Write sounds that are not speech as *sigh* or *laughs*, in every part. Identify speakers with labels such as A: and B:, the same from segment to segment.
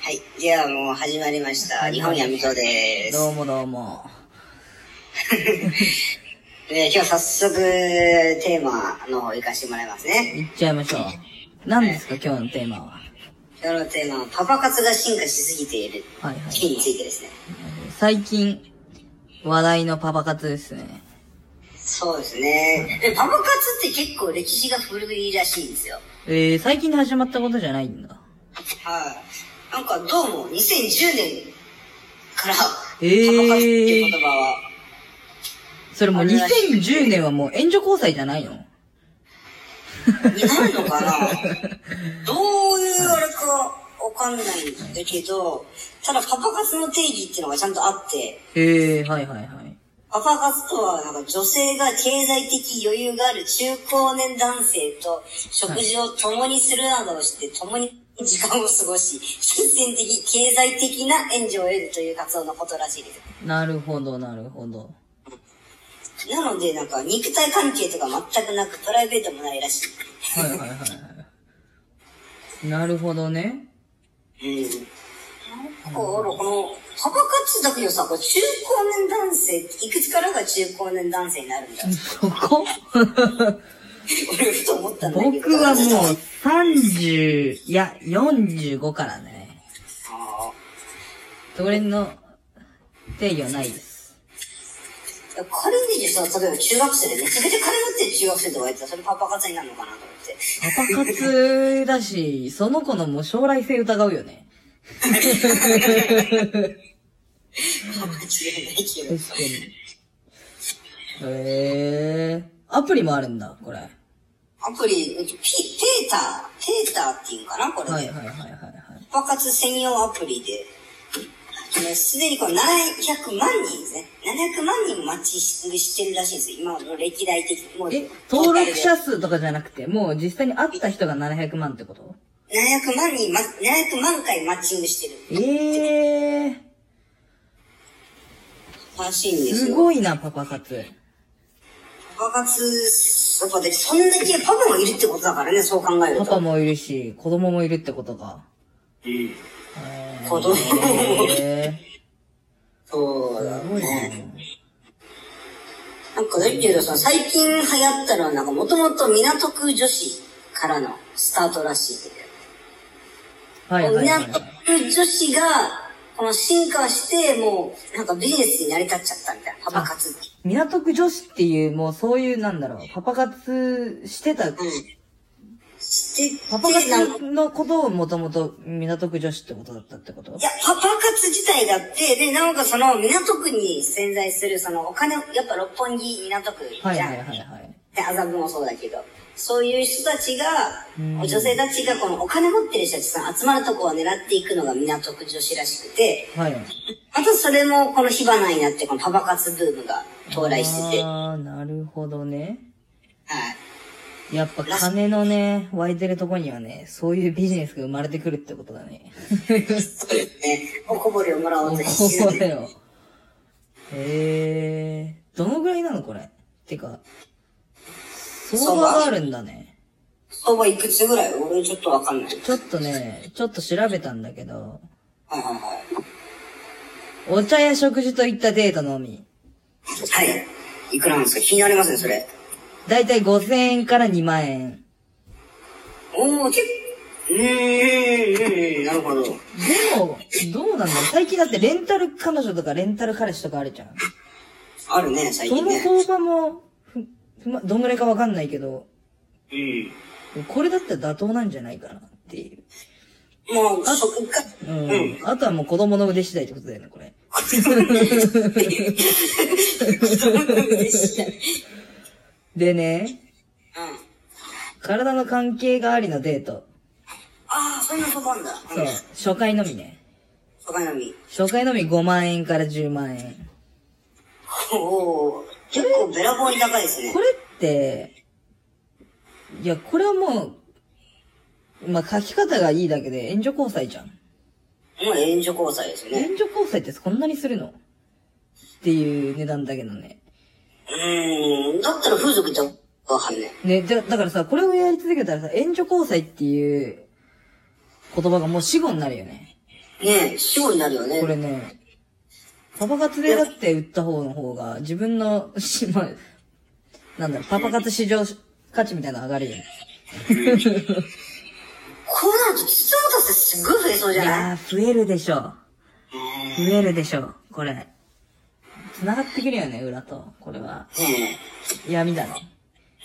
A: はい。ではもう始まりました。日本やみとです。
B: どうもどうも。
A: で今日早速、テーマの方行かしてもらいますね。
B: いっちゃいましょう。何ですか、今日のテーマは。
A: 今日のテーマは、パパ活が進化しすぎている
B: はいはい
A: 時期についてですね。
B: 最近、話題のパパ活ですね。
A: そうですね。でパパ活って結構歴史が古いらしいんですよ。
B: えー、最近で始まったことじゃないんだ。
A: はい。なんかどうも2010年から、パパ活って
B: え
A: いう
B: ー
A: 言葉は、
B: それもう
A: あれらしい
B: 2010年はもう援助交際じゃないの
A: になるのかな *laughs* どういうあれかわかんないんだけど、ただパパ活の定義っていうのがちゃんとあって、
B: えー、はいはいはい。
A: パパ活とはなんか女性が経済的余裕がある中高年男性と食事を共にするなどをして共に時間を過ごし、金銭的、経済的な援助を得るという活動のことらしいです。
B: なるほど、なるほど。
A: なので、なんか肉体関係とか全くなくプライベートもないらしい。
B: はいはいはいはい。なるほどね。
A: うん。この、パパ活だけどさ、これ中高年男性って、いくつからが中高年男性になるんだ。
B: そこ
A: 俺、ふと思ったんだけど。
B: 僕はもう30、いや、45からね。
A: あ
B: どれの定義はないです。
A: ー。仮にでさ、例えば中学生でめちゃめちゃ金持ってる中学生とかやったら、それパパ活になるのかなと思って。
B: パパ活だし、その子のもう将来性疑うよね。
A: 間違いないけど。
B: 確かに。へえー。アプリもあるんだ、これ。はい
A: アプリ、ピ、ペーター、ペーターっていうのかなこれ、
B: はいはいはいはい。
A: パパ活専用アプリで、ねすでにこう700万人ですね。700万人マッチしてるらしいんですよ。今の歴代的に。もう
B: え、登録者数とかじゃなくて、もう実際に会った人が700万ってこと
A: 700万人、ま、700万回マッチングしてる
B: ええ
A: らしいん
B: ー。
A: です
B: す
A: よ。
B: ごいな、パパ活。
A: パパ活、やっぱで、そんだけパパもいるってことだからね、そう考える
B: パ
A: と。
B: パもいるし、子供もいるってことか。
A: うん。
B: へ
A: 子供
B: *laughs*
A: も。
B: え
A: そう
B: ー。
A: だ
B: すごい
A: ね。
B: ね。
A: なんかだけどさ、最近流行ったのは、なんかもともと港区女子からのスタートらしいんだよ
B: はいはいはい
A: 港。区女子が、この進化して、もう、なんかビジネスに成り立っちゃったみたいな、パパ活って。
B: 港区女子っていう、もうそういう、なんだろう、パパ活してた
A: うん。して、
B: パパ
A: でなんか
B: 活のことをもともと港区女子ってことだったってこと
A: いや、パパ活自体があって、で、なおかつその港区に潜在する、そのお金を、やっぱ六本木港区じゃん。
B: はいはいはいはい。
A: で、麻布もそうだけど。そういう人たちが
B: うん、
A: 女性たちがこのお金持ってる人たちさん集まるとこを狙っていくのが港区女子らしくて、
B: はい。
A: またそれもこの火花になって、このパパ活ブームが到来してて、はい。
B: ああ、なるほどね。やっぱ金のね、湧いてるとこにはね、そういうビジネスが生まれてくるってことだね。
A: そうですね。おこぼれをもらおうとして
B: *laughs* そうだ
A: る。
B: よ。へえー。どのぐらいなのこれ。てか、相場があるんだね。
A: *laughs* 相場いくつぐらい俺ちょっとわかんない。
B: ちょっとね、ちょっと調べたんだけど、
A: はいはいはい。
B: お茶や食事といったデートのみ。
A: はい。いくらなんですか気になりますね、それ。
B: だいたい5000円から2万円。
A: おお、結構、うーん、うん、うん、なるほど。
B: でも、どうなんだろう最近だってレンタル彼女とかレンタル彼氏とかあるじゃん。
A: あるね、最
B: そ
A: 近
B: の
A: ね。
B: 相場も、ふ、ふま、どんぐらいかわかんないけど、
A: うん。
B: これだったら妥当なんじゃないかなっていう。
A: もう、そこか。
B: う。
A: うん *laughs* ん。
B: あとはもう子供の腕次第ってことだよね、これ。
A: 嬉しい。うん。
B: でね、体の関係がありのデート。
A: ああ、そんなことあんだ。
B: そう。初回のみね。
A: うん。かなみ。
B: 初回のみ5万円から10万円。
A: おおー、結構べらぼうに高いですね
B: こ。れって、いや、これはもう、まあ、書き方がいいだけで援助交際じゃん。
A: もう援助交際ですね。
B: 援助交際ってこんなにするのっていう値段だけどね。
A: うーん。だったら風俗じゃわかんない。
B: ね、だだからさ、これをやり続けたらさ、援助交際っていう言葉がもう死語になるよね。
A: ねえ、死後になるよね。
B: これね、パパ活でだって売った方の方が、自分の、しまあ、なんだろう、パパ活市場価値みたいなの上がるよね。
A: こうなると、筒本さんすっごい増えそう
B: い
A: じゃない
B: やー、増えるでしょ
A: ね
B: う。増えるでしょう。これ。繋がってくるよね、裏と。これは。
A: えね
B: 闇だね。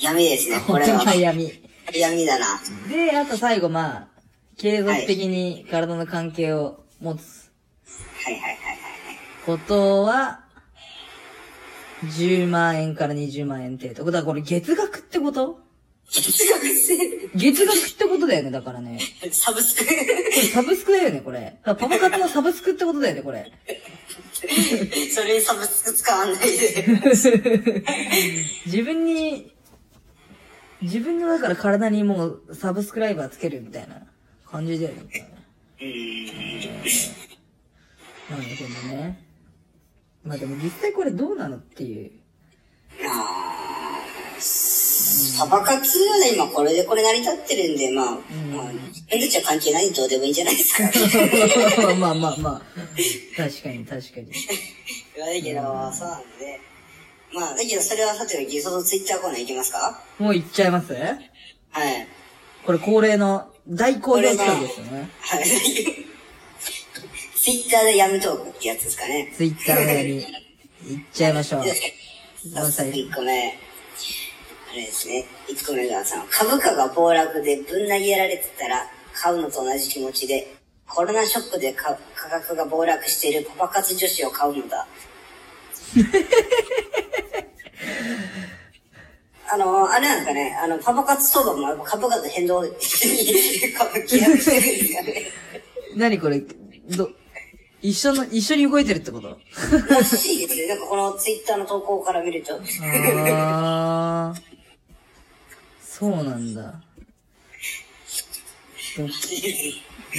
A: え、闇ですね、こ
B: こ
A: れ
B: れ
A: は
B: は。闇。
A: 闇だな。 *laughs*
B: で、あと最後、まあ、継続的に体の関係を持つ
A: はいはいはいはい。
B: ことは、10万円から20万円程度。だからこれ月額ってこと
A: 哲学生、
B: 月額ってことだよね、だからね。
A: サブスク。
B: これサブスクだよね、これ。だからパパ活のサブスクってことだよね、これ。
A: それにサブスク使わない *laughs* で。
B: 自分に、自分のだから体にもうサブスクライバーつけるみたいな感じだよね。なんだけどね。まあでも実際これどうなのっていう。 *laughs*
A: あーパパ活はね、今これでこれ成り立ってるんで、まあ、まあ、自分たちは関係ないんでどうでもいいんじゃないですか。 *laughs*
B: まあまあまあ。確かに確かに。
A: いやだけど、そうなんで。まあ、だけどそれはさておき、そのツイッターコーナー行きますか
B: もう行っちゃいます
A: はい。 *laughs*
B: これ恒例の大好評企画ですよね。
A: はい。ツイッターで闇トークってやつですかね。
B: ツイッターのように行っちゃいましょう。ごめんなさい
A: 1個目。あれですね。1個目がさ、株価が暴落でぶん投げられてたら、買うのと同じ気持ちで、コロナショックでか価格が暴落しているパパ活女子を買うのだ。 *laughs* あの、あれなんですかね、あの、パパ活相場もやっぱ株価と変動に株気がしてるんですかね。
B: *laughs* 何これ、ど、一緒の、一緒に動いてるってこと
A: らしいですね。なんかこのツイッターの投稿から見ると。
B: あー。そうなんだ。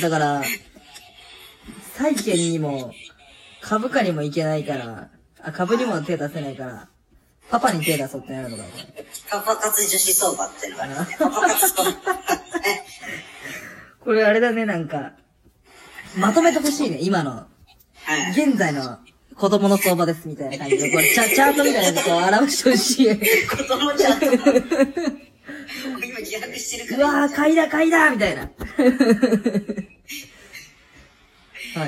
B: だから、債券にも、株価にもいけないから、あ、株にも手出せないから、パパに手出そうってなるのかな。
A: *laughs* パパ活女子相場ってのがあるんですね。パパ活相場。
B: これあれだね、なんか、まとめてほしいね、今の。
A: はい。
B: 現在の子供の相場です、みたいな感じで。これ、チャチャートみたいなのを表してほしい。う
A: 子供ちゃんと。今自白してるから。
B: わー、買いだ、買いだみたいな。は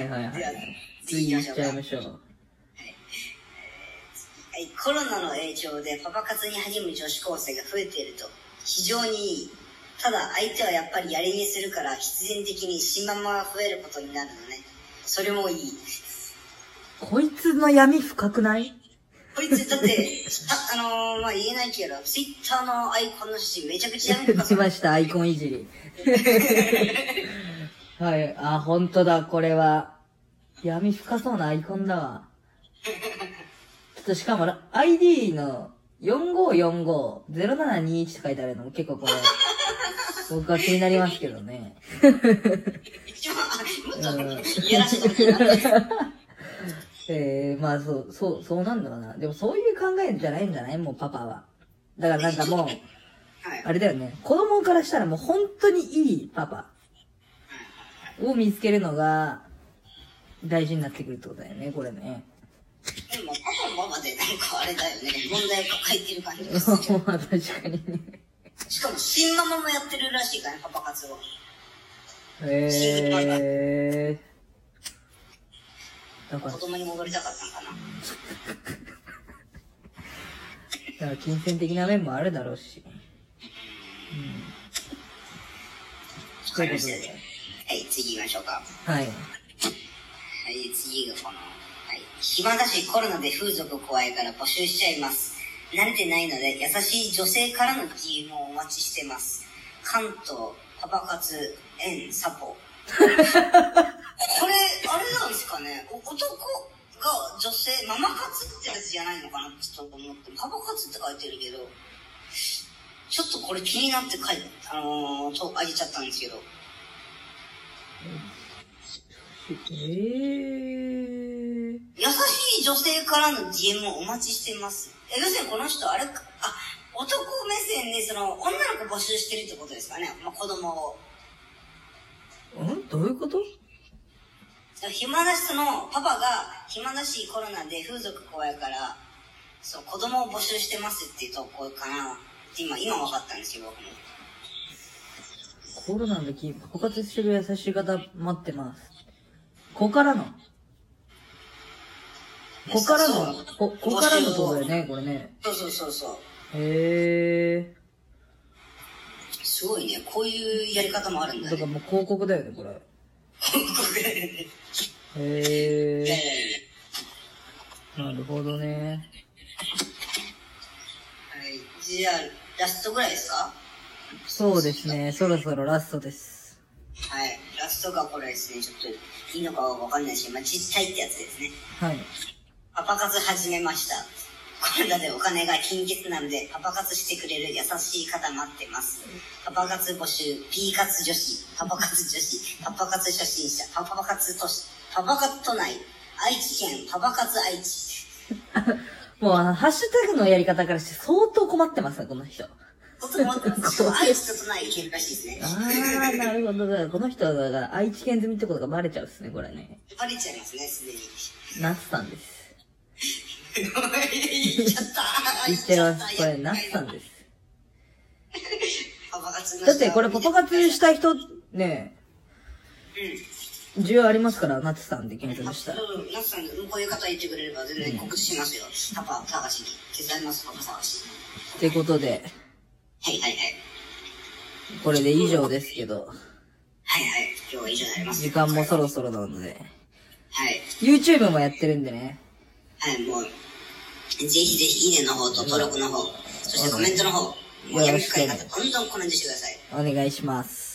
B: いはいは
A: じゃあ
B: い。次行っちゃいましょう。
A: はいコロナの影響でパパ活に励む女子高生が増えていると非常にいい。ただ相手はやっぱりやりにするから必然的に新ママが増えることになるのね。それもいい。
B: こいつの闇深くない
A: こいつだって、あ、あのー、まあ、言えないけど、ツイッターのアイコンの写真めちゃくちゃやめてます
B: しました、アイコンいじり。はい、あ、ほんとだ、これは。闇深そうなアイコンだわ。ちょっとしかも、ID の4545-0721って書いてあるのも結構これ、僕は気になりますけどね。
A: 一番、あもっと、いやらしいと思ってなんだよ
B: えー、まあそう、そう、そうなんだろうな。でもそういう考えじゃないんじゃないもうパパは。だからなんかもう、
A: はい。
B: あれだよね。子供からしたらもう本当にいいパパを見つけるのが大事になってくるってことだよね、これね。 *laughs*
A: でも、パパママでなんかあれだよね。問題抱えてる感じです
B: ま
A: よ
B: あ確かにね。
A: しかも、新ママもやってるらしいからね、パパ活を。
B: へー。だから
A: 子、供に戻りたかったのかな。
B: だから金銭的な面もあるだろうし。
A: わかりましたね。はい、次行きましょうか。
B: はい。
A: はい、次がこの、はい。暇だしコロナで風俗怖いから募集しちゃいます。慣れてないので、優しい女性からの DM をお待ちしてます。関東、パパ活、園、サポ。これ、あれなんですかねお男が女性、ママ活ってやつじゃないのかなちょっと思って。パパ活って書いてるけど、ちょっとこれ気になって書いあのー、と、あげちゃったんですけど。
B: えー。
A: 優しい女性からの DM をお待ちしています。え、要するにこの人、あれか、あ、男目線で、その、女の子募集してるってことですかね。まあ、子供を。
B: んどういうこと
A: 暇な人の、パパが暇だしコロナで風俗怖いから、そう、子供を募集してますっていう投稿かな。って今、今分かったんですよ、僕も。
B: コロナの時、枯渇してる優しい方待ってます。ここからの。ここからの、こ、ここからのところだよね、これね。
A: そうそうそうそう。
B: へ
A: すごいね。こういうやり方もあるん
B: ー。
A: だ
B: だから
A: ね。
B: もう広告だよね、これ。
A: い
B: へ
A: やい
B: ー。
A: やいや
B: なるほどね。
A: はい。じゃあ、ラストぐらいですか
B: そうですね、そろそろラストです。
A: はい。ラストがこれですね、ちょっといいのかはわかんないし、まあ、実態ってやつですね。
B: はい。
A: パパ活始めました。コロナでお金が金欠なので、パパ活してくれる優しい方待ってます。パパ活募集、P 活女子、パパ活女子、パパ活初心者、パパ活都市、パパ活都内、愛知県、パパ活愛知。
B: もうあの、ハッシュタグのやり方からして相当困ってますね、この人。あ
A: ちょっと待ってます。愛知と都内行けるらしいですね。
B: ー、なるほど。だからこの人はだから愛知県済みってことがバレちゃうっすね、これね。
A: バレちゃいますね、すでに。 *laughs*
B: ナスさんです。
A: 行っちゃった
B: 言ってます。これ、ナスさん
A: だ
B: です。
A: パパ活の
B: だってこれ、パパ活した人、ね
A: うん。
B: 需要ありますから、ナツさんで検
A: あ
B: 索したら。
A: うん、なつさん、こういう方言ってくれれば全然告知しますよ。パパ探しに。手伝います、パパ探し。
B: ってことで、
A: はいはいはい。
B: これで以上ですけど、
A: はいはい。今日は以上になります。
B: 時間もそろそろなので、
A: はい。
B: YouTube もやってるんでね。
A: はい、もう、ぜひぜひ、いいねの方と登録の方、そしてコメントの方、もうやる機会があったらどんどんコメントしてください。
B: お願いします。